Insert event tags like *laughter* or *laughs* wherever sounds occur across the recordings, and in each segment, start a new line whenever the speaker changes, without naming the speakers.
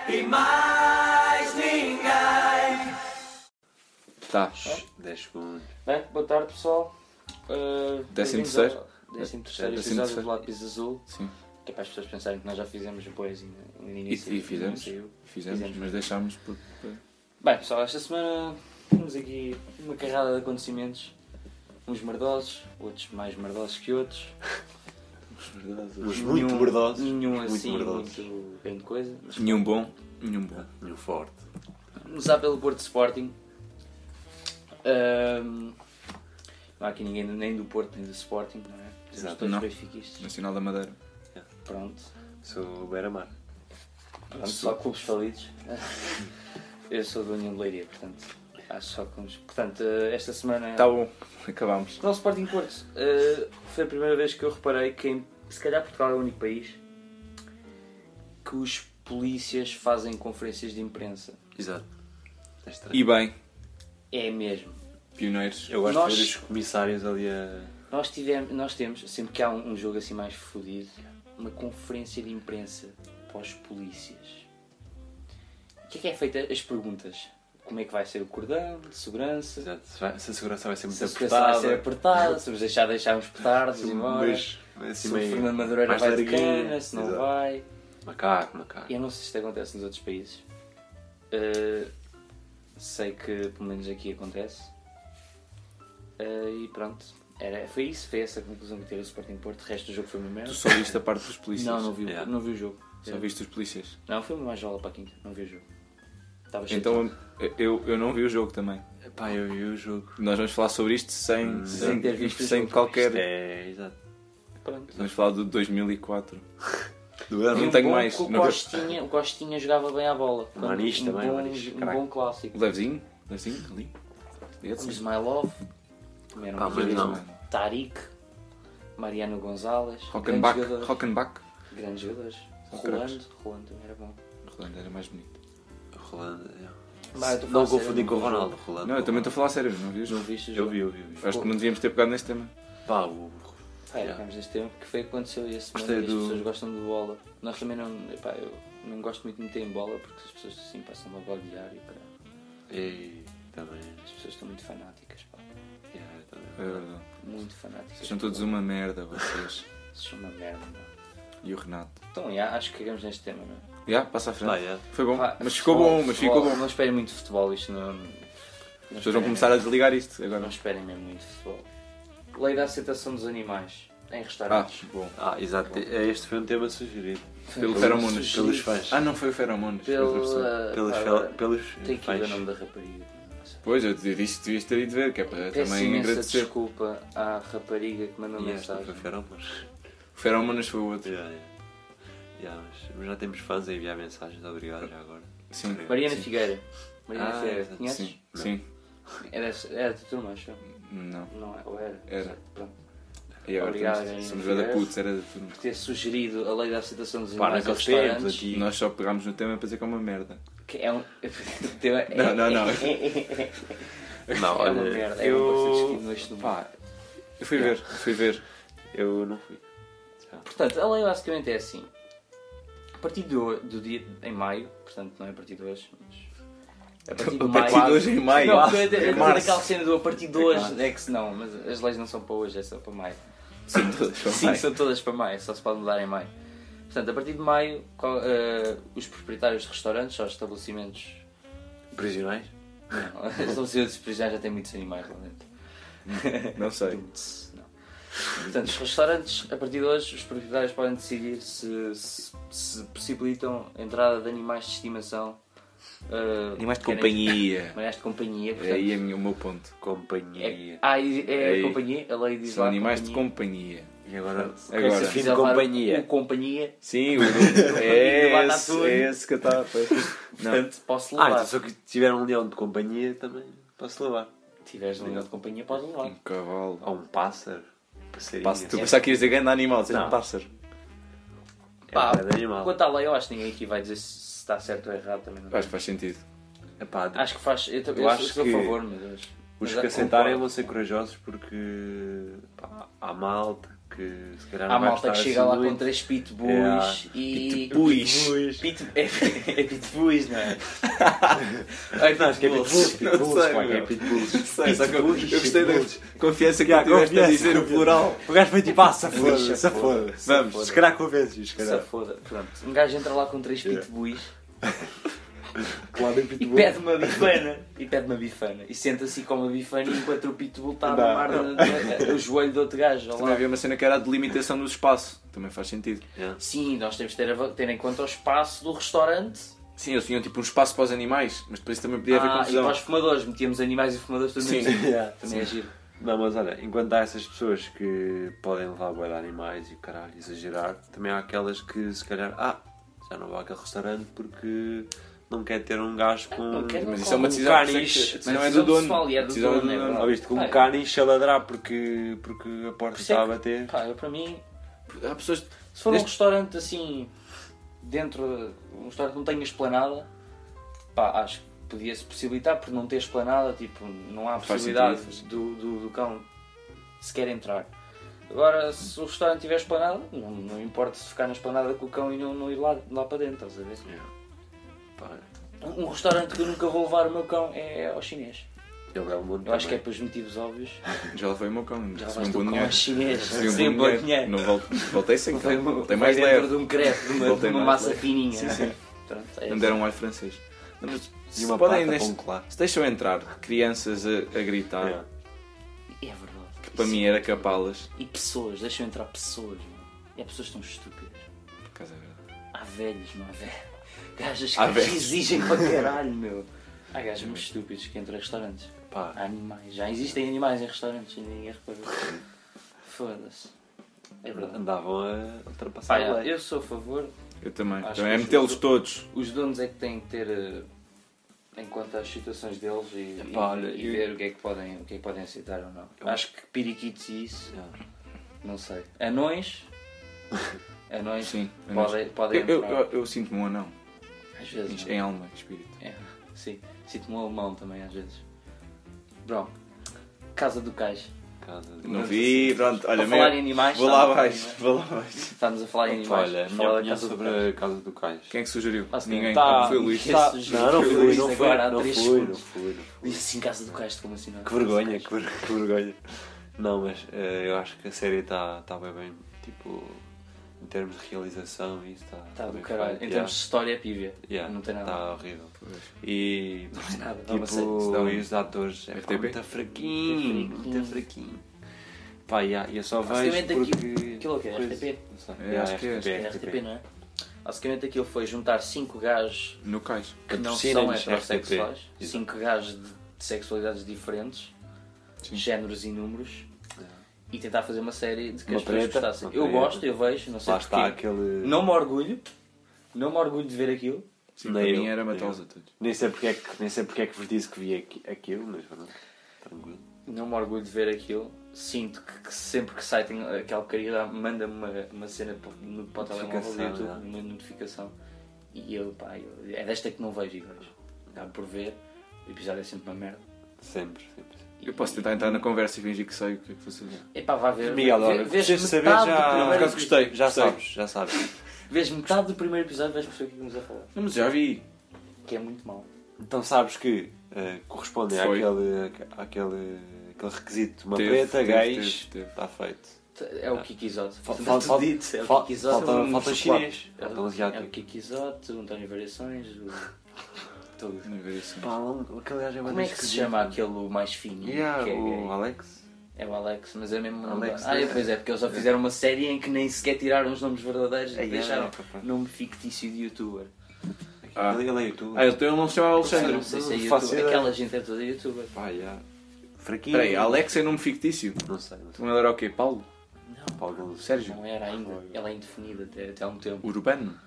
Tá.
10 Tá. segundos.
Bem, boa tarde pessoal. Uh,
Décimo
bem-vindos
terceiro?
ao Décimo terceiro episódio
Décimo terceiro.
do Lápis Azul.
Sim.
Que é para as pessoas pensarem que nós já fizemos depois no
E,
início.
e fizemos,
não saiu.
fizemos,
Fizemos.
mas deixámos porque.
Bem pessoal, esta semana temos aqui uma carrada de acontecimentos. Uns merdosos, outros mais merdosos que outros.
Uns muito merdosos,
Nenhum
uns muito
assim,
merdosos.
muito grande coisa. Mas
Nenhum bom, nenhum bom.
Ah, Nenhum forte.
Começar pelo Porto Sporting. Ahm, não há aqui ninguém nem do Porto nem do Sporting, não é? Temos
Exato,
todos
não.
benfiquistas.
Nacional da Madeira.
Pronto.
Sou o Beira-Mar.
Vamos só clubes falidos. Eu sou do União de Leiria, portanto. Acho só clubes. Portanto, eh, esta semana.
Tá bom, acabámos.
Não, Sporting Porto. eh, foi a primeira vez que eu reparei que, em- se calhar, Portugal é o único país que os polícias fazem conferências de imprensa.
Exato. É estranho.
E bem,
É mesmo.
pioneiros.
Eu gosto
Nós-
de ver os comissários ali a.
Nós, tivemos, nós temos, sempre que há um, um jogo assim mais fodido, uma conferência de imprensa para os polícias. O que é que é feita as perguntas? Como é que vai ser o cordão de segurança?
Exato. Se, vai- se a segurança vai ser muito
se a segurança vai ser
apertada.
apertada, se vamos deixar deixarmos petardos e embora, se
Mas, mas assim
o
meio.
Fernando Madureira
mais
vai de
larguinho.
cana, se não
Exato.
vai.
Macaco, macaco.
Eu não sei se isto acontece nos outros países. Uh, sei que pelo menos aqui acontece. Uh, e pronto. Era, foi isso, foi essa a conclusão que teve o Sporting Porto. O resto do jogo foi uma merda.
Tu só viste a parte dos polícias.
Não, não vi, o-
Yeah.
não vi o jogo.
Só viste os polícias.
Não, foi uma mais jola para a quinta, não vi o jogo. Estava
Então eu, eu não vi o jogo também.
Pá, eu vi o jogo.
Nós vamos falar sobre isto sem,
Hum. Sem ter visto o
sem
jogo.
qualquer.
Isto é. Exato.
chateado. pronto.
Vamos falar do 2004.
Do ano.
Não
E um
tenho
bom
mais,
que O
não-
Costinha, o Costinha jogava bem à bola. Quando-
Maniche
um
também,
bom,
Maniche,
um
caralho.
bom clássico.
Levezinho, levezinho, ali.
O Smilov, também era um
Ah, mas
grande
não.
jogador. Tarik, Mariano Gonzalez, grande
Rockenbach,
jogador.
Rockenbach.
Grandes jogadores.
São
Rolando,
craques.
Rolando também era bom.
Rolando era mais bonito.
Rolando. é.
Bah, é, eu estou a
Não
falar
confundi
sério,
com o
não vi o
Ronaldo. Rolando.
Não, eu também estou a falar sério, não vi o
Ah, Não
jogo.
viste o
Eu
jogo?
vi, eu vi. eu vi.
Acho que não devíamos ter pegado neste tema.
Pá, o.
Pá,
Yeah.
ficámos neste tempo que foi o que aconteceu e a semana
Gostei
e as
do-
pessoas gostam de bola. Nós também não. Epá, eu não gosto muito de meter em bola porque as pessoas assim passam logo a odiar e pá,
E é, também.
as pessoas estão muito fanáticas, pá.
Yeah,
É
também.
verdade.
Muito fanáticas.
Vocês são todos uma merda, vocês.
Vocês são uma merda, não.
E o Renato.
Então, yeah, acho que cagamos neste tema, não é?
Já, passa à frente.
Pá, é, yeah.
Foi bom,
Pá,
mas ficou
Ah, futebol-
bom, mas ficou
futebol,
bom.
Não esperem muito de futebol, isto não. não
As pessoas vão começar a desligar isto agora.
Não esperem mesmo muito de futebol. Lei da aceitação dos animais em
Ah,
restaurantes.
bom.
Ah, exato. É, Este foi um tema sugerido.
Ah, Pelo
Pelos-
Feromonas.
Pelos fãs.
Ah, não foi o Feromonas. foi outra pessoa.
Pela.
Pelos.
pá,
fel- Pelos.
Tem Ah, que ver o nome
fãs.
da rapariga.
Pois, eu te disse que devias ter ido ver, que é para
Peço
também
imensa
agradecer.
desculpa à rapariga que mandou
E esta foi
mensagem.
Feromonas.
O Feromonas foi o
*laughs*
outro.
Yeah, yeah. Yeah, mas- mas já temos fãs a enviar mensagens, obrigado já agora.
Sim.
Mariana
sim.
Figueira. Mariana
Ah,
Figueira,
sim.
conheces? É
Sim, sim.
Era, era da turma, acho. eu.
Não.
Não é? Ou era?
Era.
Pronto.
E agora
Obrigado,
temos-
Mariana
somos bué da
Figueira.
putz, era da turma.
Ter sugerido a lei da aceitação dos
Pá,
animais em
naqueles tempos
restaurantes.
aqui.
Nós só pegámos no tema para dizer que é uma merda.
Que é um. *laughs* tema- é-
Não, não, não.
*laughs* É,
Não,
uma
olha,
merda. É um parceiro
eu...
discutido neste número.
Pá, eu fui
É.
ver, fui ver.
eu não fui.
Portanto, a lei basicamente é assim. A partir do, do dia em maio, portanto não é a partir de hoje, mas. A partir de
A
É tipo maio.
partir de hoje em maio.
Não,
Ah,
porque é, é,
em março.
daquela cena do a partir de hoje é que se não, mas as leis não são para hoje, é só para maio.
São todas para
Sim,
maio.
são todas para maio, só se pode mudar em maio. Portanto, a partir de maio, qual- eh, os proprietários de restaurantes ou
*laughs*
estabelecimentos.
Prisionais?
Não, *laughs* estabelecimentos prisionais já têm muitos animais lá dentro.
Não sei.
Não. Portanto, os restaurantes, a partir de hoje, os proprietários podem decidir se, se- se possibilitam a entrada de animais de estimação. ah,
Animais de
querem-
companhia.
Animais de companhia,
É
portanto.
aí a minha- o meu ponto.
é,
Companhia.
ah, e- é
Aí.
companhia, a lei diz
São
lá.
animais
companhia.
de companhia.
E agora,
Agora.
esse fim de
Quiser levar O
companhia.
*laughs* companhia,
Sim, o grupo. é,
Bata
esse,
tudo.
é esse que eu estava. Não,
portanto, posso
Ah,
levar.
então só que tiver um leão de companhia também posso levar.
Se tiveres um animal de companhia, podes levar.
um cavalo. Um
Ou um pássaro. Passarinho.
Pássaro. Tu
É,
pensar que ias dizer grande animal, dizer
Não.
um pássaro.
Pá,
um grande animal.
Quanto à lei, eu acho que ninguém aqui vai dizer se, se está certo ou errado também. Não
Acho que faz sentido.
Epá,
Acho que faz. Eu, também
Eu acho
sou a
que
favor, meu Deus.
É Os
Ah, Mas, é
que aceitarem
concordo.
vão ser corajosos porque pá, há malta que que se calhar não
Há
vai
malta que
gostar É,
chega
assim
lá com
*laughs* muito.
três pitbulls
Yeah.
e.
Pitbulls.
Pit... É, *laughs* é pitbulls, não é? é
Não, acho que *laughs* é pitbulls.
Não sei,
Pitbulls, pá, que é
meu.
pitbulls.
Sei, só que eu,
Pitbulls,
eu gostei da
pitbulls.
confiança que
Yeah,
tu tiveste a
confiança,
dizer o
confiança.
plural.
O gajo foi tipo, ah, safoda,
Safoda,
safoda.
safoda.
Vamos, se calhar convences, se
Se
calhar.
foda. Pronto. Um gajo entra lá com três
Yeah.
pitbulls
Claro, em
e
É. pitbull.
pede uma bifana. E pede uma bifana. E senta-se e come a bifana enquanto o pitbull está a
Não,
mamar
não.
na- na- o joelho do outro gajo. ao
Também
lado.
havia uma cena que era a delimitação do espaço. Também faz sentido.
Yeah.
Sim, nós temos de ter, a- ter em conta o espaço do restaurante.
Sim, eles tinham tipo um espaço para os animais, mas depois também podia haver
Ah, e
confusão.
para os fumadores. Metíamos animais e fumadores todos
Sim.
no mesmo sítio.
*laughs* Yeah.
Também é giro.
Não, mas olha, enquanto há essas pessoas que podem levar boi de animais e o caralho, exagerar, também há aquelas que se calhar, ah, já não vou àquele restaurante porque não quer ter um gajo com.
não quero.
Mas isso é uma
Com
decisão,
canis,
sei que a
mas
decisão é
um decisão
do dono.
pessoal e é
A
do
decisão
dono, é verdade.
Ou isto, com
Ah,
um
é.
caniche a ladrar porque, porque a porta
Por isso é
está a
que-
bater.
Pá, eu para mim,
Há pessoas.
se for um
Neste-
restaurante assim, dentro, de- um restaurante que não tenha esplanada, pá, acho que podia-se possibilitar, por não ter esplanada, tipo, não há
Faz
possibilidade
sentido,
do, do, do cão sequer entrar. Agora, se o restaurante tiver esplanada, não, não importa se ficar na esplanada com o cão e não, não ir lá, lá para dentro, estás a ver?
Yeah. Pá,
Um um restaurante que eu nunca vou levar o meu cão é ao chinês.
ele é o mundo.
Eu acho que é
também.
pelos motivos
*laughs*
óbvios.
Já levei o meu cão,
Já
recebi
vais tu
um
com
bom
ao
dinheiro.
chinês.
Recebi um
Sim,
bom dinheiro. Não *laughs* vol- Voltei sem
Foi
cão.
uma-
Voltei
foi
mais
dentro
leve.
de um crepe, de uma, de
Voltei
uma
mais
massa
leve.
fininha.
Sim,
né?
sim.
Pronto, é
Não
isso.
deram um ar francês. Não, mas
E
se
uma
podem
podem
neste-
com claro.
se deixam entrar crianças a, a gritar,
Yeah.
É verdade.
que para
Isso.
mim era capá-las.
E pessoas, deixam entrar pessoas, mano. E há pessoas tão estúpidas.
Por acaso é verdade.
Há velhos, não há velhos. Gajas que
Há velhos.
exigem para caralho, meu. Há gajos muito estúpidos que entram em restaurantes. Há
Pá,
animais. Já existem animais em restaurantes e ninguém reparou. Foda-se. É verdade.
andavam a ultrapassar
Pá,
a
eu
lei.
eu sou a favor.
Eu também.
Acho
também
que
é
os-
metê-los todos.
Os donos é que têm que ter eh, em conta as situações deles e, e-
Pá, olha,
e
eu-
ver o que é que podem, o que é que podem aceitar ou não.
Eu-
Acho que periquitos e isso,
Yeah.
não sei.
*laughs*
Anões, anões
Sim. eu não-
podem, podem
Eu, eu,
entrar.
eu, eu sinto-me um anão.
às vezes. não.
Em alma e espírito.
É, sim, sinto-me um alemão também às vezes. Bom, Casa do Cais.
Casa de-
Não vi, pronto. Olha,
Para falar em
meu-
animais. tá,
Vou lá
estamos a falar em
abaixo.
animais.
Vou lá abaixo.
Estamos a falar em animais.
Olha, a minha
Falar da
opinião
Casa do
sobre
Cais.
a Casa do Cais.
Quem é que sugeriu?
Ah, sim,
Ninguém.
tá.
Ah, Foi o Luís.
Tá. Esse
Não, não
juiz
fui, não fui,
agora há
não
três
fui,
segundos.
não fui, não fui.
Disse assim Casa do Cais, como assim não? é
Que
Casa do
vergonha,
Cais?
que, ver- que vergonha. Não, mas eh, eu acho que a série está tá bem bem, tipo, em termos de realização e isso está
Tá do caralho. Em termos de história é pívia. Não tem nada.
Está Tá horrível. E,
Não tem nada. Não, mas sei.
tipo,
Senão-
e os atores, é pá,
RTP?
muito fraquinho,
Muito
muito fraquinho. Pá, yeah, e eu só vejo
Basicamente
porque...
aquilo- aquilo é o quê?
coisa-
RTP?
Não sei.
É,
Yeah,
acho que é,
RTP,
É RTP, não é? Basicamente aquilo foi juntar 5 gajos
No cais.
que não são
Patrocina-nos,
heterossexuais,
RTP.
5 gajos de, de sexualidades diferentes,
Sim.
géneros e números, e tentar fazer uma série de que
É. Uma
as pessoas
preta,
gostassem.
uma
Eu
preta.
gosto, eu vejo, não sei
Lá está
porquê.
aquele...
Não me orgulho, não me orgulho de ver aquilo.
Sim,
Nem
para
eu,
mim era
nem
matá-los
eu.
a todos.
Nem sei porque é que, nem sei porque é que vos disse que vi aqui- aquilo, mas pronto, tranquilo.
Não me orgulho de ver aquilo. Sinto que, que sempre que sai tem aquela porcaria, dá- manda-me uma, uma cena por- no, para o telemóvel do
Notificação,
YouTube,
já.
uma notificação. E eu, pá, eu- é desta que não vejo, e vejo. Dá por ver, o episódio é sempre uma merda.
Sempre, sempre. sempre.
E-
Eu posso tentar entrar na conversa e fingir que sei o que é que vocês.
E pá, vá ver.
Miguel,
Ve-
olha,
vês
preciso saber já-
metade
um
do
Não, por
primeiro
acaso
episódio-
gostei.
Já
Sei.
sabes, já sabes.
Vês metade do primeiro episódio, vais perceber o que é que estamos a falar.
Não, mas já vi.
Que é muito mau.
Então sabes que eh, corresponde
Foi.
àquele, àquele, àquele requisito de uma
Teve,
preta,
teve,
gays,
teve, teve.
está feito.
É o Kikizote.
Ah. Fal-
Tudo
fal- fal-
dito, é o
fal-
Kikizote.
falta-
Um-
falta
chocolate.
chinês,
É o-
falta um asiático.
É o Kikizote, o António Variações, o... tudo.
Não ver isso.
Pá, não- aquele gajo é bué
Como é que se
esquisito.
chama aquele mais fininho?
Yeah,
que é,
o
gay?
Alex.
é o Alex, mas é mesmo o nome
Alex,
da- Ah,
né?
é, pois é, porque eles só fizeram uma série em que nem sequer tiraram os nomes verdadeiros e
É,
deixaram
é, capaz.
nome fictício de youtuber.
Ah.
Ele, ele é youtuber.
Ah, ele tem um nome que se chamava
Eu
Alexandre.
não sei se é
não faço
youtuber.
ideia.
Aquela gente é toda youtuber.
Pá, yeah. Fraquinho.
Espera aí, Alex é nome fictício.
Não sei, não sei.
Então ele era o quê? Paulo?
Não,
Paulo Gonçalves.
Sérgio?
não era ainda. Ela é indefinida até, até há um tempo. *laughs*
Urbano?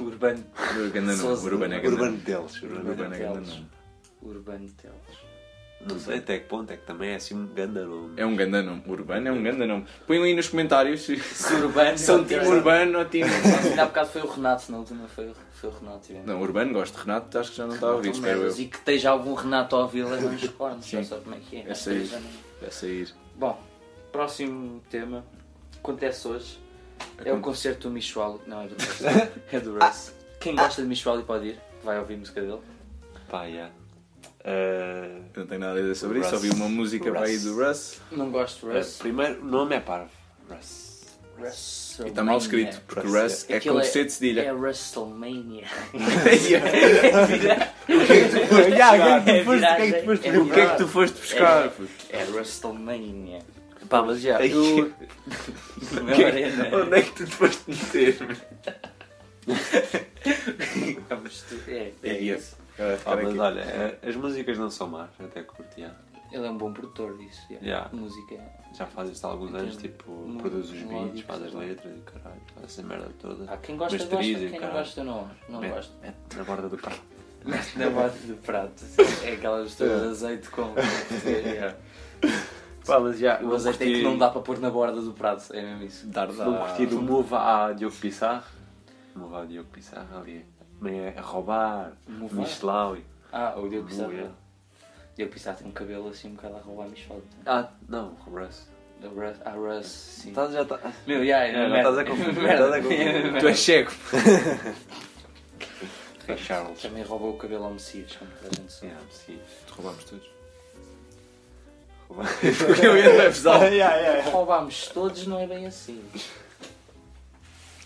Urbano.
Urbano não.
Sousa.
Urbano é grande.
Urbano deles. Urbano
Urbano
deles.
é grande.
Teles.
nome.
Urbano Teles.
Não sei até que ponto é que também é assim um grande nome.
É um grande nome. Urbano é um grande nome. Põem aí nos comentários se
Se Urbano.
*laughs* são time urbano ou time.
Ainda há bocado foi o Renato, na última foi, o- foi o Renato. tivemos.
Não, urbano gosto. Renato, acho que já não está a ouvir, espero eu.
E que esteja algum Renato ao Vila nos cornos,
Sim.
já sabe como é que é.
É sair. É sair.
Bom, próximo tema. acontece hoje é o concerto do Michuali. Não, é do
*laughs*
Russ. é do Russ. Quem
Ah.
gosta de Michuali pode ir, vai ouvir a música dele.
um-
Pá, yeah. Eh,
Eu não tenho nada a dizer sobre isso,
Russ.
ouvi uma música para aí do Russ
Não gosto de
eh,
Russ.
primeiro, o nome é parvo. Russ.
Russ.
e está mal escrito, porque Russ é com C de
É
cedilha. *laughs*
WrestleMania. *laughs*
yeah,
que é que tu foste- o que é que tu foste-
O que é que tu foste buscar? puto?
É WrestleMania.
Pá, mas já.
*laughs*
Ai, *laughs*
eu-
Não é?
Onde é que tu te foste meter? meu?
É,
É
é
isso.
isso.
Agora
Pá,
ficar
mas
aqui.
olha, eh, as músicas não são más, até curti. yeah.
Ele é um bom produtor disso. yeah.
Yeah.
Música.
Já faz isto há alguns
Entendo.
anos, tipo,
Muito
produz os beats,
melódico,
faz as
sim.
letras e caralho, faz essa merda toda.
Há quem gosta,
Mas
gosta.
triste,
Quem não
caralho.
gosta, não, Ah, não
Mete-
*laughs* gosta.
mete Na borda do carro.
Na base do prato. É aquela mistura de azeite com. é.
Pá, mas já.
O azeite é que não dá para pôr na borda do prato, é mesmo isso.
Dar
Se não curtir o move a Diogo Pissarro, move a Diogo Pissarro ali. Meio é roubar,
Move a?
Michelau e.
Ah, o Diogo Pissarro.
Move, é.
Diogo Pissarro tem um cabelo assim um bocado a roubar a Michel.
Ah, não, Russ.
A Russ, a Russ sim.
Estás já. tá-
Meu, é já,
Não, não estás a
*laughs*
confundir, estás a confundir.
Tu
*laughs*
és cego.
É Charles.
Também roubou o cabelo ao Messias, como toda a gente sabe.
Yeah, sim.
Roubámos todos.
Roubar.
Eu ia dar pesado.
Roubámos todos, não é bem assim.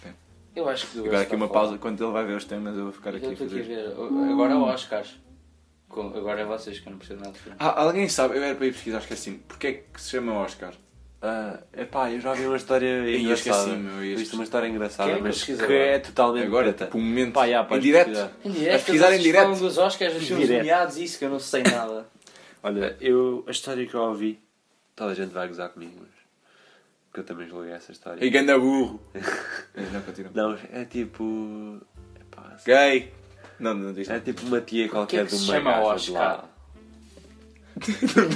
É.
Eu acho que do
Agora
Russ
aqui
está
uma
fora.
pausa, quando ele vai ver os temas eu vou ficar aqui
Eu
a
estou aqui a
fazer.
ver. Agora é
Hum.
o Oscars. Com- Agora é vocês que eu não percebo nada de filme.
Ah, alguém sabe, eu era para ir pesquisar, esqueci-me. Porquê é que se chama Oscar?
Ah, epá, eu já vi uma história
Ih, eu
engraçada.
esqueci-me, eu ia
Visto uma história engraçada,
Querem que eu
mas que
pesquise
é
agora?
totalmente
Agora,
preta.
tipo, um momento
Pá, já,
em
podes
direto.
pesquisar.
Em direto,
A pesquisar em
vocês
direto.
falam dos Oscars, dos filmes
Direto.
nomeados e isso que eu não sei nada.
Olha, eu, a história que eu ouvi, toda a gente vai gozar comigo, mas. Porque eu também julguei essa história.
E ganda burro. É, não, continua.
Não, é tipo. Epá,
Gay. Não, não diz
é
*laughs* nada.
tipo uma tia
que é
qualquer
que
do
se
meio
chama
gaja de
Oscar?
lá.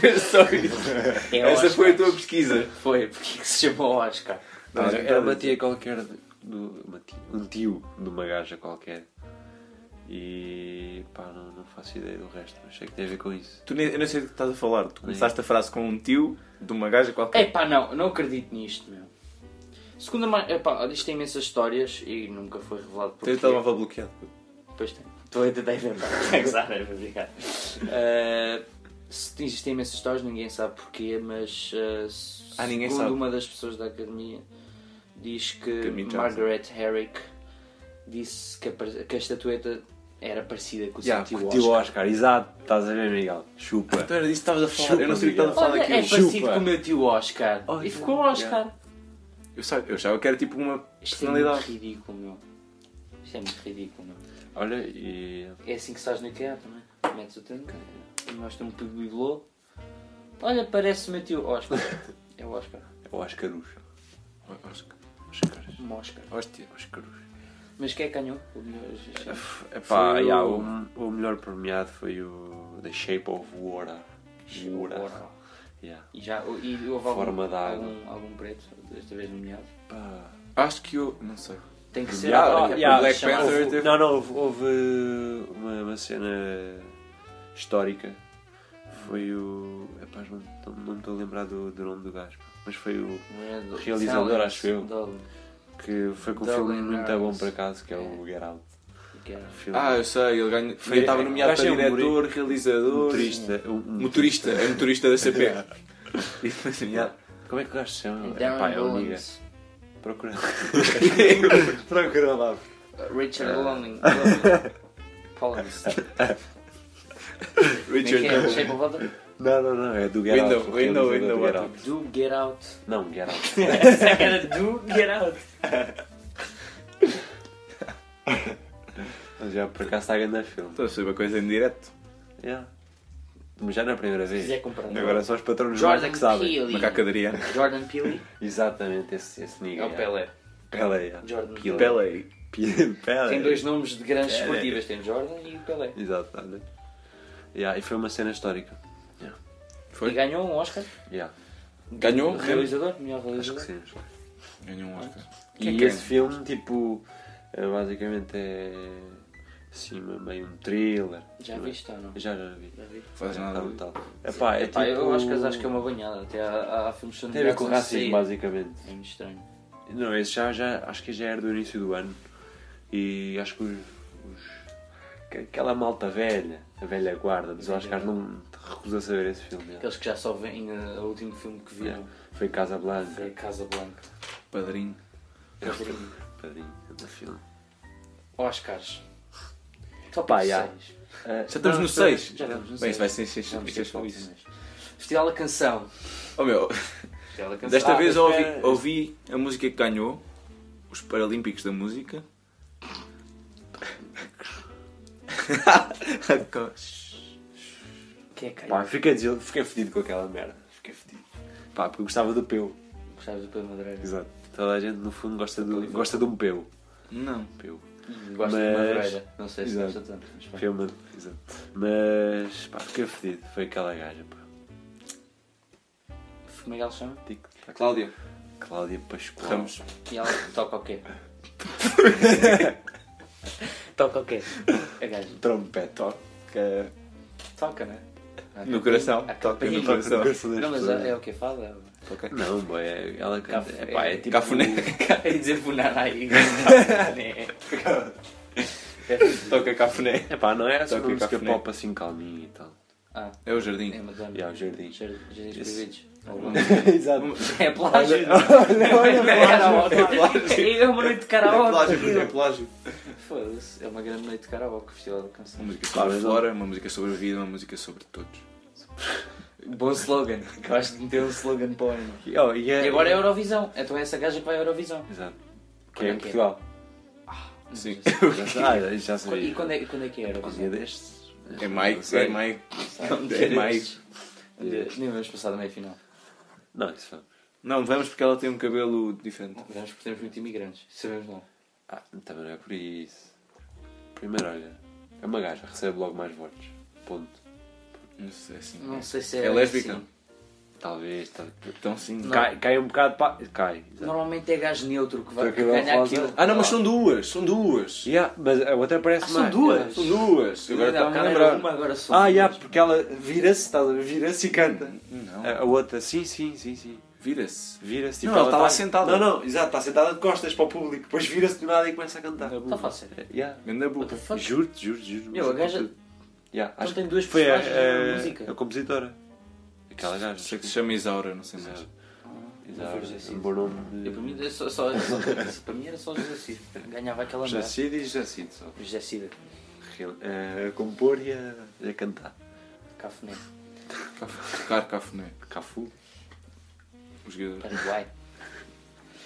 É só isso.
É
Essa
Oscars.
foi a tua pesquisa.
*laughs* Foi, porque é que se chamou Oscar?
Não,
Mas
era
então,
uma tia qualquer. de- Do, uma tia- um tio de uma gaja qualquer. E. pá, não, não faço ideia do resto, mas sei que tem a ver com isso.
Tu nem- eu não sei do que estás a falar. Tu começaste a frase com um tio de uma gaja qualquer.
Epá, não, não acredito nisto, meu. Segunda mais. Epá, olha, isto tem imensas histórias e nunca foi revelado por
Tens o telemóvel bloqueado.
Pois tem. Estou a tentar inventar. *laughs* Estou a gozar, é obrigado. Eh, se- Existem imensas histórias, ninguém sabe porquê, mas eh,
Ah, ninguém
segundo
sabe.
uma das pessoas da academia diz que
Academia Johnson.
Margaret Herrick disse que a, par- que a estatueta era parecida com o
Yeah,
seu
com
tio
o Tipo, tio
Oscar.
Oscar, exato, estás a ver, Miguel? Chupa.
Então era disso que estavas a falar.
Chupa,
Eu não sei o que estavas a falar
Olha, é
daquilo.
parecido
Chupa.
com o meu tio Oscar.
Olha,
e ficou um Oscar.
yeah.
Eu sa- Eu achava que era tipo uma
Isto é muito
personalidade.
ridículo, meu. Isto é muito ridículo, meu.
Olha, e.
É assim que se faz no IKEA também. Metes o tanque, mostra um bibelô. Olha, parece o meu
*laughs*
tio Oscar. É o Oscar.
é o Oscarus.
Oscar.
Oscarus.
Um Oscar.
Hostia.
Oscarus.
Mas quem é que ganhou? O melhor.
Epá,
Foi o-
yeah, o... o melhor premiado foi o The Shape of Water. Water.
Ora.
Yeah.
E já e houve algum,
Forma d'água.
algum, algum preto, desta vez nomeado.
Pá.
Acho que eu. Não sei.
Tem que ser.
Yeah,
alguém que
yeah,
é
Black
chamado-
Panther.
Houve- Não, não, houve, houve uma, uma cena histórica. Foi o. Epá, não, não- não me estou a lembrar do, do nome do gajo. pá. Mas foi o.
Não é do-
Realizador,
Silence,
acho eu.
do-
Que foi com um
Dublin
filme muito bom
Irons.
por acaso, que é o Get Out.
que é era-
Filme
Ah, eu sei, ele ganha.
Foi-
Ele estava nomeado
acho
para
que é um
diretor, realizador.
motorista. um- um-
Motorista, é motorista da CP. E foi nomeado.
Como é que o gajo se chama?
Darren
Epá, é o Liga.
Rollins,
*laughs*
Procura Procura lá. É.
Richard
*laughs*
Longing, Collins,
Richard
Quem é? Shape of Water?
*laughs* Não, não, não, é do Get
Window,
Out.
window,
do
window,
Get
what?
Out.
Do Get Out.
Não, Get Out.
Essa era do Get Out.
Mas já por acaso está a ganhar filme.
Estou a saber uma coisa em direto.
Yeah. Mas É. já não é a primeira
Se quiser
vez.
comprar.
Agora só os patronos mais é
Jordan
que sabem.
Peele.
Macaco Adriano.
Jordan Peele.
Exatamente, esse, esse nigga.
É o Pelé.
Pelé, yeah.
Jordan
Peele.
Pelé.
Pe- Pelé.
*laughs* Tem dois nomes de grandes
Ah, é. Pelé.
esportivas. Tem Jordan e o Pelé.
Exato, olha. Yeah, e foi uma cena histórica. Yeah.
E ganhou um Oscar.
Yeah.
Ganhou?
Realizador. Melhor
é. Acho que
realizador.
sim. acho que
Ganhou um Oscar.
E
Quem é que
esse filme, tipo, é, basicamente é assim, meio um thriller.
Já viste ou não?
Já, já vi.
Já vi.
Faz nada.
Tá brutal. Epá, é
Epá,
tipo...
eu acho que acho que é uma é banhada. Até há, há filmes que são
Tem a ver
nomeados
com
um a
racismo,
sair.
basicamente.
É muito estranho.
Não, esse já, já acho que já era do início do ano. E acho que os, os- que- aquela malta velha, a velha guarda dos Oscars, não recusa saber esse filme.
Aqueles que já só veem eh, o último filme que
Yeah.
viram
Foi Casa Blanca.
foi Casa Blanca.
Padrinho.
Padrinho, grande filme.
Oscars. Top
Pá,
seis.
já. Ah,
Já estamos
não,
no
espera,
6.
já estamos no
Bem, isso vai ser
Vamos
6
ter
fotos.
fotos. Festival da Canção.
Oh meu,
Festival da Canção.
desta
Ah, mas
vez eu ouvi,
espera.
ouvi a música que ganhou, os Paralímpicos da *laughs* Música.
Quem é que
Pá, fiquei, desil- fiquei fedido com aquela merda. Fiquei fedido. Pá, porque eu gostava do Peu.
Gostavas do Pedro Madureira?
Exato. Toda a gente, no fundo, gosta, do, gosta de um Peu.
Não.
Peu.
Hum, Gosto
Mas-
de Madureira. Não sei se
Exato.
gosta tanto. mas pá.
Filme, exato. Mas, pá, fiquei fedido. Foi aquela gaja, pá.
Como é que ela se chama?
Tic, tac.
Cláudio.
Tipo, Cláudia Pascoal.
Ramos.
E ela toca o quê? toca o quê? A gaja.
Trompete. Toca.
Toca, né?
No coração.
A
Toca no
campainha.
coração.
Não, mas é é o *laughs* que fala?
Toca.
Não, boy, é- ela canta.
Caf-
É, pá, é tipo.
Cafuné.
É dizer funar
*laughs*
aí. É,
Toca Tá cafuné.
É pá, não era só
Toca
uma música
cafuné.
pop assim calminha e
*laughs*
tal.
Ah,
É o
é
jardim.
Madonna.
E há o jardim.
Jar- Jardins
Esse-
proibidos.
*laughs*
Exato.
*laughs* É plágio.
plágio.
É uma noite de
um
karaoke. aquilo.
plágio.
Foda-se, é uma grande noite de karaoke, o festival da canção.
Uma música
Claro,
sobre a
mas
flora, uma música sobre a vida, uma música sobre todos.
Bom slogan, gosto de meter um slogan para o ano.
E, oh, e, é-
E agora é a Eurovisão, então é essa gaja que vai à Eurovisão.
Exato. Que
Quando
é
é
em
que é?
*laughs*
Portugal.
Não
Sim.
sei se-
Ah, já- já sabia.
E quando é, quando é que é a
Um
Eurovisão?
dia destes.
*laughs* É
Não
Mike,
sei.
é Mike.
Sabe?
É mais.
Um dia- Nem vamos passar da meia-final.
Não, isso foi.
Não, vamos porque ela tem um cabelo diferente.
Vamos porque temos muito imigrantes, sabemos não.
Ah, também não é por isso. Primeiro, olha. É uma gaja, recebe logo mais votos. Ponto.
Não sei assim.
Não sei se é.
É lésbica?
assim.
Talvez. tal-
Então sim.
Não.
Cai, cai um bocado para. Cai. exato.
Normalmente é gajo neutro que vai
Porque
que
vai
ganha
falar-
aquilo.
Ah não, mas são duas, são duas.
Yeah, mas a outra parece
Ah,
mais.
são duas? é
São duas.
Ainda
Agora
há
estava a
bocado era uma,
lembrar.
agora são
Ah, já,
duas.
porque ela vira-se, estás a ver? Vira-se e canta.
Não,
A, a outra, sim, sim, sim, sim.
vira-se.
Vira-se. tipo,
Não, ela tá lá sentada.
Não, não, exato, está sentada de costas para o público, depois vira-se do nada e começa a cantar.
Não.
Está Tá fácil.
É, Yeah.
Ganda
What the
boca.
fuck?
Juro-te, juro-te, juro.
Meu, a gaja-
Yeah,
Então
acho
tem
que
duas
foi a,
personagens na música.
a, a compositora. Aquela gaja.
Sei que se chama Isaura, não sei mais.
Exato.
Não
Exato.
foi José Cid.
Um bom nome de.
Eu, para, mim, é só, só- só- para mim era só o José Cid. Ganhava aquela
José
merda.
Cid e José Cid só.
José Cid,
Real- eh, A compor e a, e a cantar.
Cafuné,
Caf- Tocar cafuné.
Cafu.
O jogador.
Paraguai.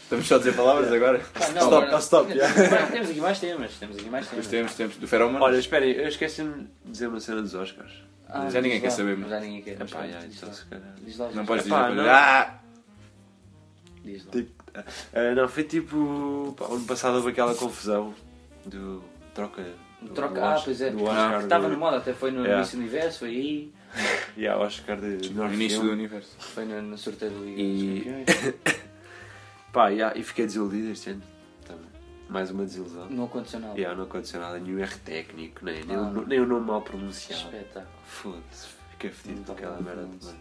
Estamos só a dizer palavras agora?
Ah,
Stop,
agora-
ah, stop,
Agora Temos aqui mais temas, temos aqui mais temas.
Os tempos, tempos. Do Feromone?
Olha, esperem, eu esqueci-me de dizer uma cena dos Oscars.
Ah,
Já ninguém
diz
quer
lá,
saber, mas-
Já ninguém quer. mas
Epá,
pronto,
já,
diz
então
lá.
se calhar.
Diz lá,
Não
diz
podes dizer
Epá,
para
não.
ele. Ah!
lá, diz lá.
Tipo, ah, não, foi tipo. Pá, ano passado houve aquela confusão do. Troca. Do,
Troca-
Tipo, do
ah,
Oscar-
pois é.
Do Oscar.
Ah,
do-
Estava na moda, até foi no
Yeah.
início do universo, foi aí,
Yeah, Oscar de. de melhor
No início do
filme.
universo.
foi no, no sorteio do Liga
E-
dos Campeões.
Pá, yeah, e fiquei desiludido este ano. Também. Mais uma desilusão.
Não aconteceu nada.
Yeah, não aconteceu nada, nenhum erro técnico, nem, nem,
Ah.
o, nem o nome mal pronunciado.
Espetáculo.
Foda-se, fiquei fedido com
Não
aquela
tava
merda
muito
também.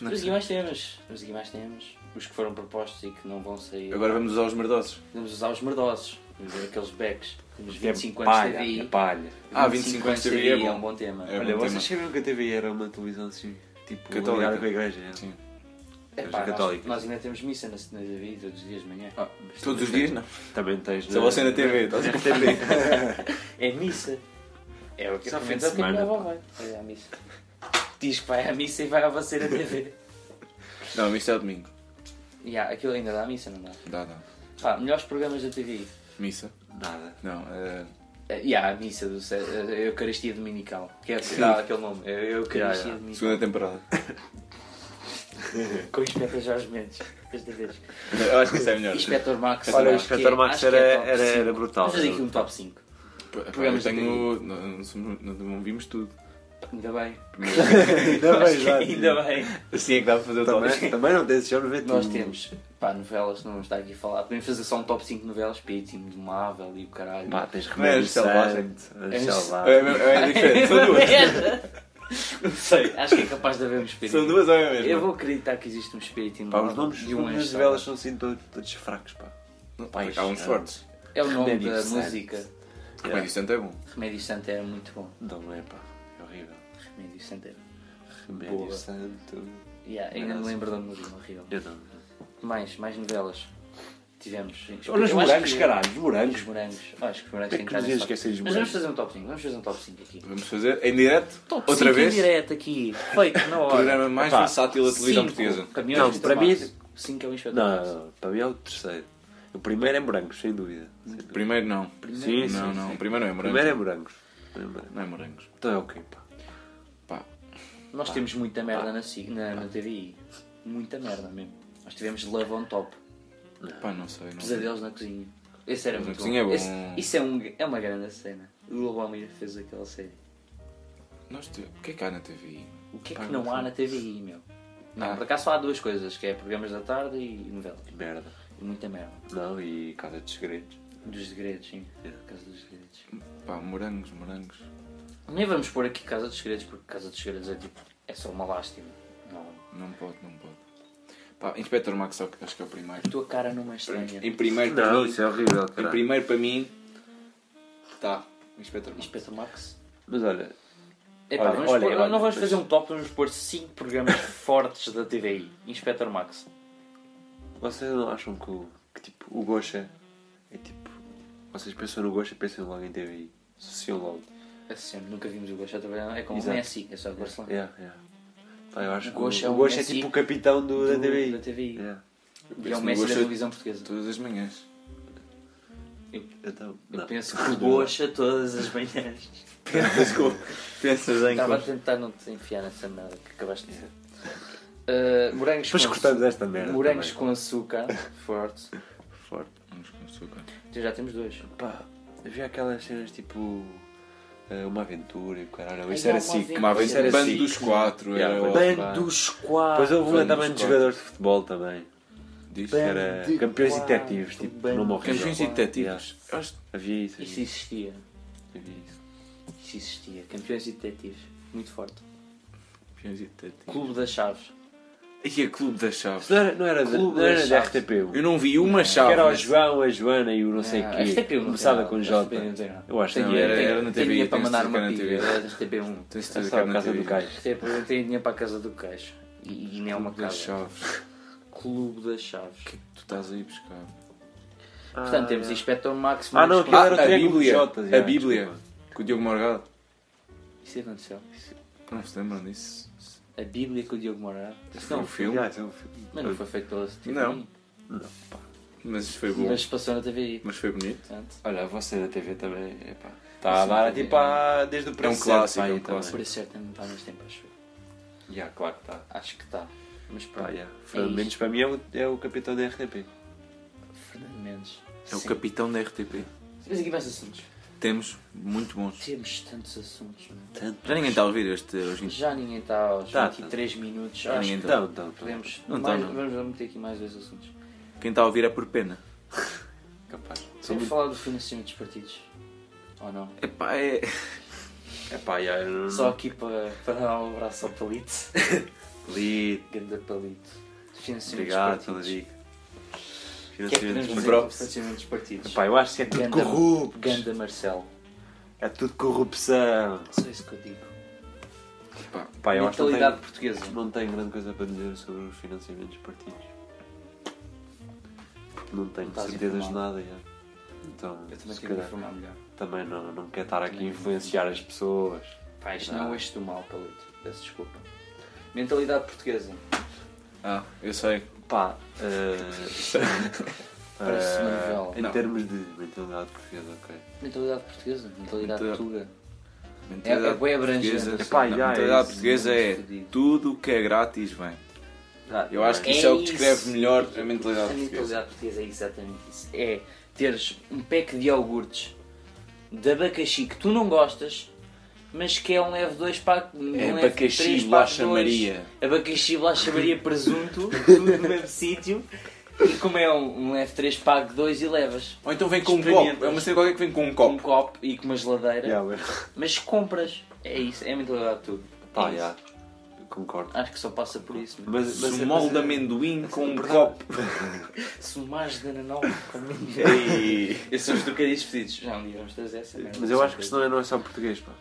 Temos aqui mais temas, temos aqui mais temas. Os que foram propostos e que não vão sair.
Agora vamos usar os merdosos.
Vamos usar os merdosos, vamos ver aqueles becks. Temos
Que é
25 anos de
palha, é
TVI.
palha.
Ah, 25 anos de TVI é
é
bom.
um bom tema.
É
Olha,
bom
vocês
tema.
sabiam que a TVI era uma televisão assim, tipo,
Católica.
ligada com a igreja? é? Ah.
Sim.
É
Os
pá, nós,
católicos.
nós ainda temos missa na na TVI todos os dias de manhã.
Todos os dias, não.
Também tens.
Só você na tá? TV, estás a confundir.
É missa. É o que
Só fim de
acontece que a minha
semana, pá.
avó vai. Vai à missa. *laughs* Diz que vai à missa e vai à você na *laughs* TV.
Não, isto é o domingo.
E há- aquilo ainda dá à missa, não dá?
Dá, dá.
Pá, melhores programas da TVI.
Missa?
*laughs* Nada.
Não, eh,
Eh, E há a missa do Cé- eh, a Eucaristia Dominical. Que é dá aquele nome. É a Eucaristia
Ya, ya.
Dominical.
segunda temporada.
Com o Inspector Jorge Mendes. Desta vez.
Eu acho que isso é melhor.
Inspector Max.
Olha, o
acho que é-
Inspector Max
acho que
era,
é top
era,
cinco.
era brutal.
Vamos fazer aqui um top 5.
Programas
Programas da
tenho. Não, não somos- não- não vimos tudo.
Ainda bem.
Ainda
*laughs* Acho
bem,
que
já.
Ainda
*laughs*
bem.
Assim é que dá para fazer o *laughs* top.
Também, também não tens, já não vê
Nós
tudo.
temos, pá, novelas, não vamos estar aqui a falar. Podemos fazer só um top 5 novelas, Pitting, Domável e o caralho.
Pá, tens
Não é
remédio
Anjo Selvagem.
santo, Anjo
Anjo-
selvagem.
É, é, é diferente, são duas. Não sei.
Acho que é capaz de haver um espírito.
São duas ou é a mesma?
Eu vou acreditar que existe um espírito
Pá,
imundo
os nomes, os
e um
nomes das
anjo.
velas são assim todos, todos fracos, pá.
Pá,
Pois,
há uns
é.
fortes.
É o nome
Remédio
da
Santo.
música.
Yeah.
Remédio Santo é bom.
Remédio Santo era muito bom.
Não é, pá. É horrível.
Remédio Santo era.
Remédio
Boa.
santo.
Yeah, ainda me lembro da música, horrível.
Eu não.
Mais, mais novelas. Tivemos.
Olha os
Eu acho
morangos,
que- é.
caralho. Os morangos.
Os morangos. Acho que os morangos
Como é
têm
que
que estar
nos
nesse
ia
top.
esquecer dos
Mas vamos
morangos?
fazer um top 5. Vamos fazer um top 5 aqui.
Vamos fazer em direto? Outra
Cinco
vez?
em direto aqui. Feito na
O
hora.
programa mais
Epá,
versátil da televisão
Cinco
portuguesa.
Caminhões
Não,
de
para mim-
Tomate. Cinco é um enxoto.
Não, não, não, para mim é o terceiro. O primeiro é morangos, sem dúvida. Sem dúvida.
Primeiro não.
Sim, sim.
não,
sim.
não. Primeiro não é
O
morangos.
primeiro é morangos. O primeiro é morangos.
Não é morangos.
Então é o quê, pá?
Pá.
Nós temos muita merda na, si- na, na TVI. Muita merda mesmo. Nós tivemos Love on Top.
Pá, não sei. Não sei.
Pesadelos na cozinha. Esse era
Mas na
muito
cozinha é bom.
Esse- isso é, um, é uma grande cena. O Lobo Almeida fez aquela série.
Nós te- O que é que há na TV?
O que é
Pá,
que não
não
há na TVI, meu? Não,
Ah.
por acaso só há duas coisas, que é programas da tarde e novelas.
Que merda.
E muita merda.
Não, e Casa dos Segredos.
Dos segredos, sim.
É.
Casa dos segredos.
Pá, morangos, morangos.
Nem vamos pôr aqui Casa dos Segredos, porque Casa dos Segredos é tipo. É só uma lástima. Não.
Não pode, não pode. Pá, Inspector Max só que acho que é o primeiro.
Tua cara não é estranha.
Em primeiro para
Não,
mim.
isso é horrível,
Em
caralho.
primeiro para mim. Tá. Inspector Max.
Inspector Max.
Mas olha,
Epá,
Olha,
vamos
olha,
pôr-
olha,
não vamos
mas-
fazer um top, vamos pôr 5 programas *laughs* fortes da TVI. Inspector Max.
vocês não acham que, o- que, tipo, o Gosha é tipo. Vocês pensam no Gosha, pensam logo em TVI. Associam logo.
Assim, nunca vimos o Gosha a trabalhar. É como o
Exato.
Messi, é só o Barcelona.
Yeah, yeah. Pá, eu acho
O
que
Gosha é
o,
um
o Gosha é
Messi
tipo o capitão do, da
Do-
TVI.
da TVI.
Yeah.
E é o
Esse
Messi da
Gosha-
televisão portuguesa.
Todas as manhãs.
Então,
Eu
não.
penso que o Gosha todas as manhãs. *laughs*
Pensas com. Pensas em
Estava a
coisas.
tentar não te enfiar nessa merda que acabaste de dizer. Uh, morangos
É. Depois
com
cortamos esta merda.
Morangos
também.
com açúcar, forte.
Forte.
Vamos com açúcar.
Então já temos dois.
Pá, havia aquelas cenas tipo. eh, Uma aventura e o caralho.
Ai,
Isso era
há uma
sick.
aventura.
Uma
Isso era
aventura. Bando
sick.
dos quatro.
Yeah,
Era
foi-
ótimo.
Pá.
dos quatro.
Depois houve uma
Bando
também
dos
de
quatro.
jogadores de futebol também.
Diz. é
Que era
Bando
campeões e
quatro,
detetives, tipo,
bando
não morri.
Campeões e detetives. Eu acho-
Havia isso.
Isso
Havia isso.
existia.
Havia isso.
Isso existia. Campeões e detetives. Muito forte.
Campeões e detetives.
Clube das Chaves.
E a Clube da Chave.
Isso não era, não era, de,
Clube
não era
das
da
chaves.
RTP.
Eu
o-
não vi uma
Que
chave.
era o
mas-
João, a Joana e o não
É,
sei o
Ah,
quê.
RTP1 não tem
Começava
nada,
com J.
RTP1 não tem nada.
Eu acho é, que
Tenho-
não
era-
tenho-
era na
tenho
TV,
dinheiro para
tem-se
mandar
de ficar
uma
na TV.
pilha. Era um. da TP1.
Tens de é
Era
ter
só a
na
casa do
TV.
gajo.
Até porque eu tenho dinheiro para a casa do queijo. E, e nem é uma
Clube das
casa.
Chaves.
Clube das Chaves.
O que Ah, é que tu estás aí buscar?
Portanto, temos Inspector Max.
Ah, não, aquilo
Marcos Paulo.
era o
a
Triângulo
Bíblia.
de Jotas,
a
já,
Bíblia.
desculpa.
Com o Diogo Morgado.
Isso é aconteceu.
Não se lembram disso?
A Bíblia com o Diogo Morado. Isso
Foi
não,
um filme.
Ah, isso é um filme.
mas não foi feito pela TV.
Não.
Não, pá.
Mas foi bom. Mas,
Mas passou na TVI.
foi bonito.
Portanto,
Olha, você na TV também, epá, está a
Sim,
dar
também.
tipo há, desde o
É um
preço
clássico,
certo,
é um
aí,
clássico.
o preço certo também está nos tempos, acho eu.
também. Já, claro que está.
Acho que está. Mas
Pá,
pronto.
já.
É
Pelo menos
isto.
para mim é o, é o capitão da RTP.
Fernando Mendes.
É o
Sim.
capitão da RTP.
Mas aqui mais assuntos.
Temos muito bons.
Temos tantos assuntos, mano.
Tanto.
Já ninguém está a ouvir este hoje.
Já ninguém está aos
Tá,
23 minutos.
Já
Acho
ninguém
que
Então, então, podemos.
podemos.
Não tá,
mais-
não.
Vamos meter aqui mais dois assuntos.
Quem está a ouvir é por pena.
Capaz. Sou
Vamos
muito...
falar do financiamento dos partidos. Ou não?
Epá, é.
Epá, já, É eu não...
Só aqui para, para dar um abraço ao palito. *laughs*
Lito,
Ganda palito. Financiamento
obrigado
dos
pela
partidos.
dica.
O que é que podemos
Financiamento.
dizer
Bro.
sobre financiamento dos partidos?
Epá, eu acho que é tudo
Ganda-
corrupto.
Ganda Marcelo.
É tudo corrupção.
Só isso que eu digo.
Epá, eu acho que não
Mentalidade
tenho,
portuguesa.
não tenho grande coisa para dizer sobre os financiamentos dos partidos. Porque não tenho
Estás
certezas de
informado.
nada, já. Então,
Eu também
se
tenho que
calhar...
informar melhor.
Também não, não quer estar aqui a influenciar as pessoas.
Pá, isto
Ah.
não é este do mal, palito. Peço desculpa. Mentalidade portuguesa.
Ah, eu sei.
*laughs*
Pá, eh,
Parece
eh,
uma novela. É?
Em
Não.
termos de mentalidade portuguesa, ok.
Mentalidade portuguesa. Mentalidade
Mentalidade-
tuga.
Mentalidade
é bué abrangente,
portuguesa-
assim.
Epá,
Não,
já,
mentalidade
mentalidade portuguesa é
Fudido.
tudo o que é grátis, vem. Eu acho que
É
isso é o que
isso.
descreve melhor a
A
mentalidade portuguesa.
mentalidade portuguesa é exatamente isso. É teres um pack de iogurtes de abacaxi que tu não gostas, mas que é um leve 2 para um
É
leve
abacaxi,
três, pá,
bolacha
dois.
Maria.
Abacaxi, bolacha
*laughs*
Maria, presunto, tudo no mesmo sítio. E como é um, um leve 3, pago 2 e levas.
Ou então vem com um
Experimentas.
copo. É uma cena qualquer que vem com um
Um
copo.
copo e com uma geladeira.
Yeah, mas-
Mas compras. É isso, é a mentalidade de tudo.
Ah,
Pá,
É
já. Concordo.
Acho que só passa por isso. Mas...
Mas, mas,
Sumol
mas-
de amendoim com um
verdade.
copo.
Sumagem de ananau com amendoim.
Ei.
Esses são os trocadilhos pedidos. Já um dia vamos trazer essa merda.
mas eu acho que isso não é, não é só português, pá.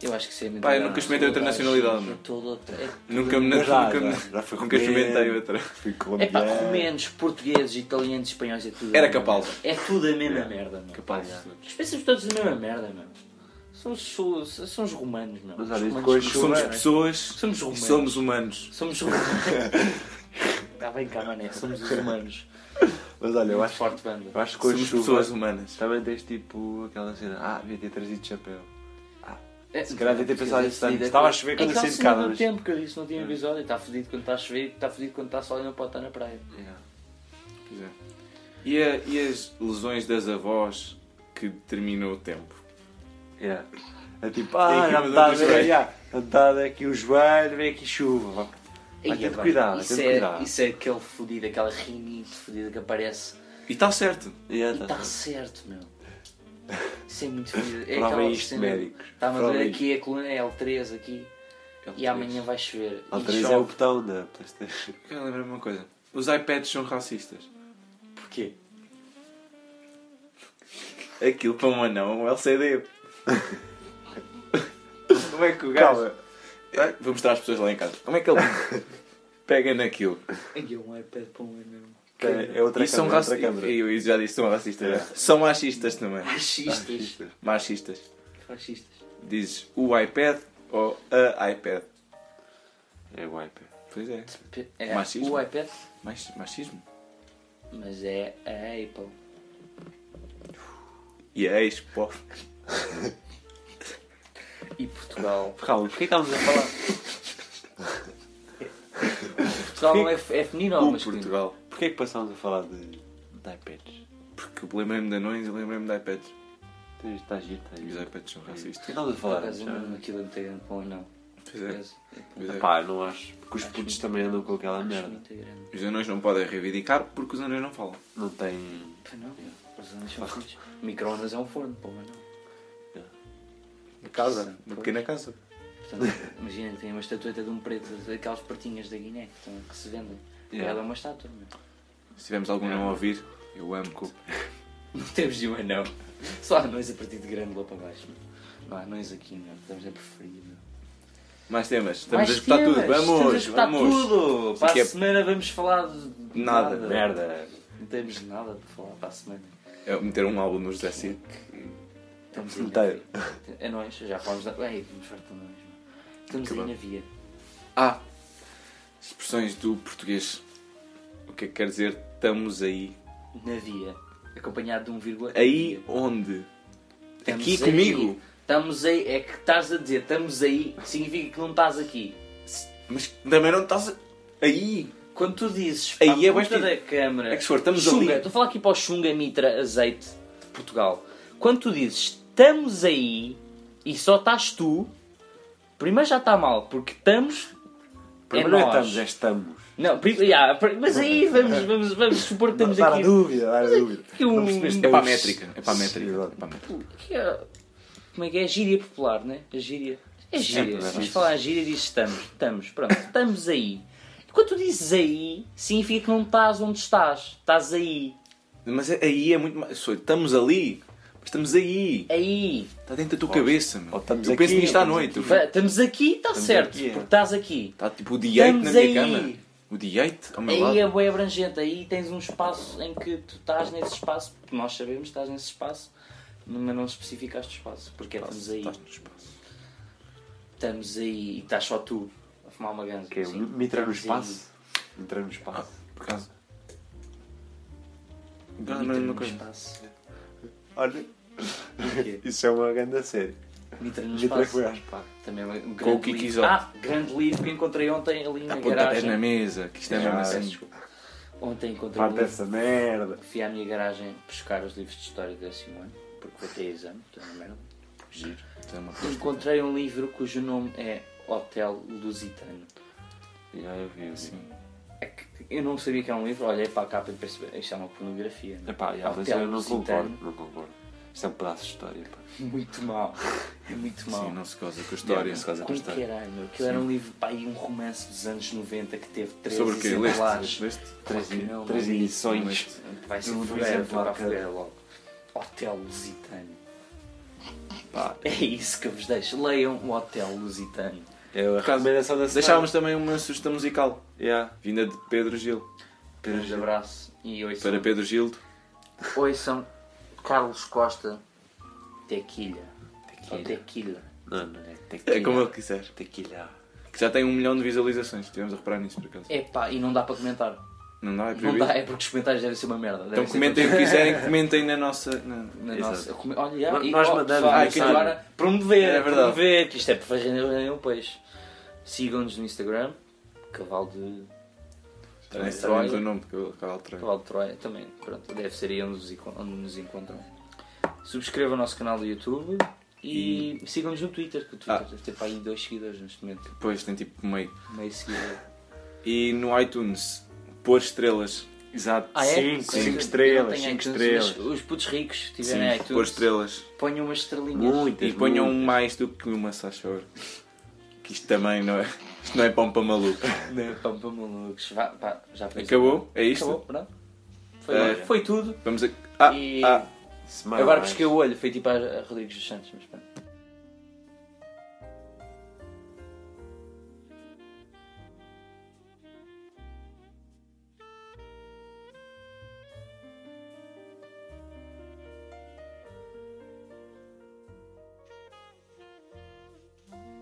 Eu acho que isso é
Pá, eu nunca experimentei outra nacionalidade,
É
mano.
todo outra. É
Nunca me.
Mas já,
nunca me-
já, já foi
Nunca
comer.
experimentei outra.
Fui
É pá,
colombiano.
romenos, portugueses, italianos, espanhóis, é tudo. a
Era
mesma
Capaldi.
merda. É tudo a mesma merda, mano.
Capaz.
Os pensamos todos a mesma merda, mano. São os, su- são os romanos, mano.
Mas
Os
olha,
romanos
depois
que
Somos
Chuva,
pessoas
né? Somos
e
humanos.
somos humanos.
Somos humanos. Está bem cá, mané. Somos os humanos.
Mas olha, eu
Muito
acho,
forte banda.
eu acho que com a
Somos
chuva
pessoas humanas.
também tens tipo aquela cena. Ah, devia ter trazido chapéu.
É,
se calhar devia ter pensado nisso antes.
fedida.
Estava a chover quando eu
Aquela
saí de
cena
casa,
do
mas-
tempo É que eu disse no último episódio. Está fedido quando está a chover e está fedido quando está sol e não pode estar na praia.
Yeah.
Pois é. E, a- e as lesões das avós que determinam o tempo?
Yeah. É tipo,
Tem
ah,
aqui
já
uma
me está a
dor no
ver.
joelho.
yeah, já me está a dar aqui o joelho, vem aqui chuva. vá. Vai
Ei,
ter de
pá,
cuidar, vai
isso,
ter de
é,
cuidar.
isso é aquele fedido, aquela rinite fedida que aparece
E está certo.
Yeah,
E
tá.
está certo, meu. Isso é muito fedido. É
Provem
aquela
isto,
cena-
médicos.
Está-me a
Provem
doer
isto. É
aqui a coluna é L3 aqui.
É
E amanhã vai chover. E
L3
chove.
é o botão da Playstation.
Quero lembrar uma coisa. Os iPads são racistas.
Porquê?
Aquilo para um anão é um LCD. Como é que o
Calma.
gajo... Ah, Vou mostrar às pessoas lá em casa. Como é que ele *laughs* pega naquilo?
Ai, é um iPad para um anão.
É outra
um E são
câmera, outra
racistas.
câmera.
Eu já disse, são racistas. São machistas também.
Fascistas.
Machistas.
Fascistas.
Dizes o iPad ou a iPad.
É o iPad.
Pois é.
P- É
Machismo.
o iPad,
Mach- machismo.
mas é a Apple.
E é a Expo.
E Portugal.
Calma, porquê estávamos a falar?
Portugal não é, é feminino ou
O
masculino?
Portugal.
Porquê é que passámos a falar de, de iPads?
Porque eu lembrei-me de anões e lembrei-me de iPads.
Está giro, está
E os
giro.
iPads são
Porquê
racistas.
estávamos a
Por
falar?
acaso,
Já?
não aquilo inteiro para um anão.
Pois é. Pois é.
Pá, não acho. Porque os putos também andam com aquela
Acho
merda.
muito grande.
Os anões não podem reivindicar porque os anões não falam.
Não tem.
Pá, não. Os anões são fixos. Microondas é um forno para um anão.
Uma
casa,
Uma pequena casa.
Portanto,
*laughs*
imagina, tem uma estatueta de um preto, daquelas pertinhas da Guiné que, estão- que se vendem.
Yeah.
Ela é uma estátua, meu.
Se tivermos algum não a ouvir, eu amo-te.
Não temos de um anão. Só há anões a partir de grândola para baixo, meu. Não há anões aqui, meu. Estamos a preferir, meu.
Mais temas. Estamos
Mais
a escutar
temas,
tudo.
Estamos
Vamos,
a escutar
vamos.
tudo! Para
que
a
é-
semana vamos falar de
Nada,
Merda.
Não temos nada para falar para a semana.
É meter um álbum no José Cid.
Estamos
Inteiro.
ainda via. Anões, já falamos da... Ei, vamos falar de anões, meu. Estamos aí
Acabou.
na via.
Ah! Expressões do português. O que é que quer dizer estamos aí?
Na via. Acompanhado de um vírgula.
Aí onde?
Estamos
Aqui
aí.
comigo?
Estamos aí, é que estás a dizer, estamos aí, significa que não estás aqui.
Mas também não estás aí!
Quando tu dizes para
Aí é
a ponta
bastante-
da câmara,
É que se for, estamos
Xunga,
ali.
estou a falar aqui para o Xunga Mitra Azeite de Portugal. Quando tu dizes estamos aí e só estás tu, primeiro já está mal, porque estamos.
Primeiro não é
nós.
estamos, é estamos.
Não, pri- yeah, pri- mas aí vamos, vamos, vamos supor que estamos
Dar a
aqui.
dúvida, dar a dúvida.
que um-
Não percebeste
É para a
os-
métrica. É para a métrica.
Sim,
É para a métrica.
O que é- Como é que é? Gíria popular, né? A gíria. É gíria.
É,
Se
é
vamos
isso.
falar a gíria, dizes estamos. Estamos, pronto. Estamos aí. E quando tu dizes aí, significa que não estás onde estás. Estás aí.
Mas aí é muito mais. só, Estamos ali! Mas estamos aí!
Aí.
Está dentro da tua cabeça, meu.
Ou estamos
Eu
aqui,
penso nisto
ou
à
estamos
noite.
Va- Estamos aqui, está certo.
aqui, é.
Porque estás aqui.
Está tipo o D8 na minha
Estamos aí.
cama. O D8 ao meu
Aí
lado.
é bem abrangente. Aí tens um espaço em que tu estás nesse espaço. Porque nós sabemos que estás nesse espaço. Mas não especificaste o espaço. Porque é estamos aí.
Estás no espaço.
Estamos aí. E estás só tu. A fumar uma ganza.
Que é,
assim.
me entrar no
Estamos aí.
espaço. Me entrar no
Ah,
espaço.
por acaso.
Mitra
Lembrei-me de
no
uma coisa.
espaço.
Olha,
O quê?
*laughs* isso é uma grande série. é
Mitra no
Me entrar
espaço.
foi ao espaço.
Também é um
Com o
grande
Kiki
livro.
Isola.
Ah, grande livro que encontrei ontem ali na
Há pontapés
garagem.
Ah, é na mesa. Que isto é
Ah,
mesmo
Peço
assim.
desculpa. Ontem encontrei um
Parte
livro.
essa merda.
Fui à minha garagem buscar os livros de história do décimo ano, porque vou ter exame, estou na merda.
Giro. Isto é uma coisa.
Encontrei um livro cujo nome é Hotel Lusitano.
Já eu vi, eu vi.
É que Eu não sabia que era um livro, olhei para a capa e percebi, isto é uma pornografia. não é?
Epá, já, mas
Hotel
eu não
Lusitano.
concordo. Não concordo. Isto é um pedaço de história, pá.
Muito mal. É muito mal.
Sim, assim, não se goza com a história.
não se goza.
Como
Esta-
que era, meu? Aquilo era um livro, pá, e um romance dos anos 90 que teve três
Sobre o quê?
exemplares.
Leste? Leste?
Claro
Três,
que não,
três
não li.
edições.
Leste.
Vai ser
de um
Ferreira,
exemplar
para a
cada.
Ferreira logo. Hotel Lusitano.
Pá,
É isso que eu vos deixo. Leiam o Hotel Lusitano.
é a recomendação da semana.
Deixávamos também uma sugestão musical,
Yeah.
vinda de Pedro Gil.
Pedro
Um
Gil.
abraço e ouçam,
Para Pedro Gildo.
ouçam Carlos Costa Tequilha. Tequilha.
Não, não é.
É
Tequila.
como ele quiser.
Tequila.
Que já tem um milhão de visualizações, estivemos a reparar nisso por acaso.
É pá, e não dá para comentar.
Não dá, é
Não
proibido.
dá, é porque os comentários devem ser uma merda.
Então
Devem ser
comentem o que quiserem, comentem na nossa. na-
Na
Exato.
nossa, come- olha,
No-
e-
nós
oh,
mandamos
pessoal,
mensagem.
agora promover,
É verdade.
promover, que isto é para render render um peixe. Sigam-nos no Instagram, Cavalo de,
Também
Também
sabemos
Troia.
o nome que eu que eu alterei.
Cavalo de Troia, também, pronto, deve ser aí onde nos, encon- onde nos encontram. Subscrevam o nosso canal do YouTube e sigam-nos no Twitter, que o Twitter
Ah.
deve ter para aí dois seguidores neste momento,
Depois tem tipo meio.
meio seguidor.
E no iTunes, pôr estrelas.
Exato.
Ah, é?
cinco,
Sim. Eu
cinco
não
estrelas.
tenho
5
iTunes,
estrelas.
mas Os putos ricos, se
Sim,
tiverem
pôr
iTunes,
estrelas.
ponham umas estrelinhas.
Muitas.
E ponham
muitas.
mais do que uma, se faz favor. Que isto também não é. Isto não é pão para maluco.
Não, pá, pá, malucos. Vá, pá, já foi.
Acabou? É isto?
Acabou, pronto. Foi,
É.
foi tudo.
Vamos a. Ah,
E-
ah.
Smile
Agora
mais.
pesquei o olho, foi tipo a a Rodrigues dos Santos, mas pronto.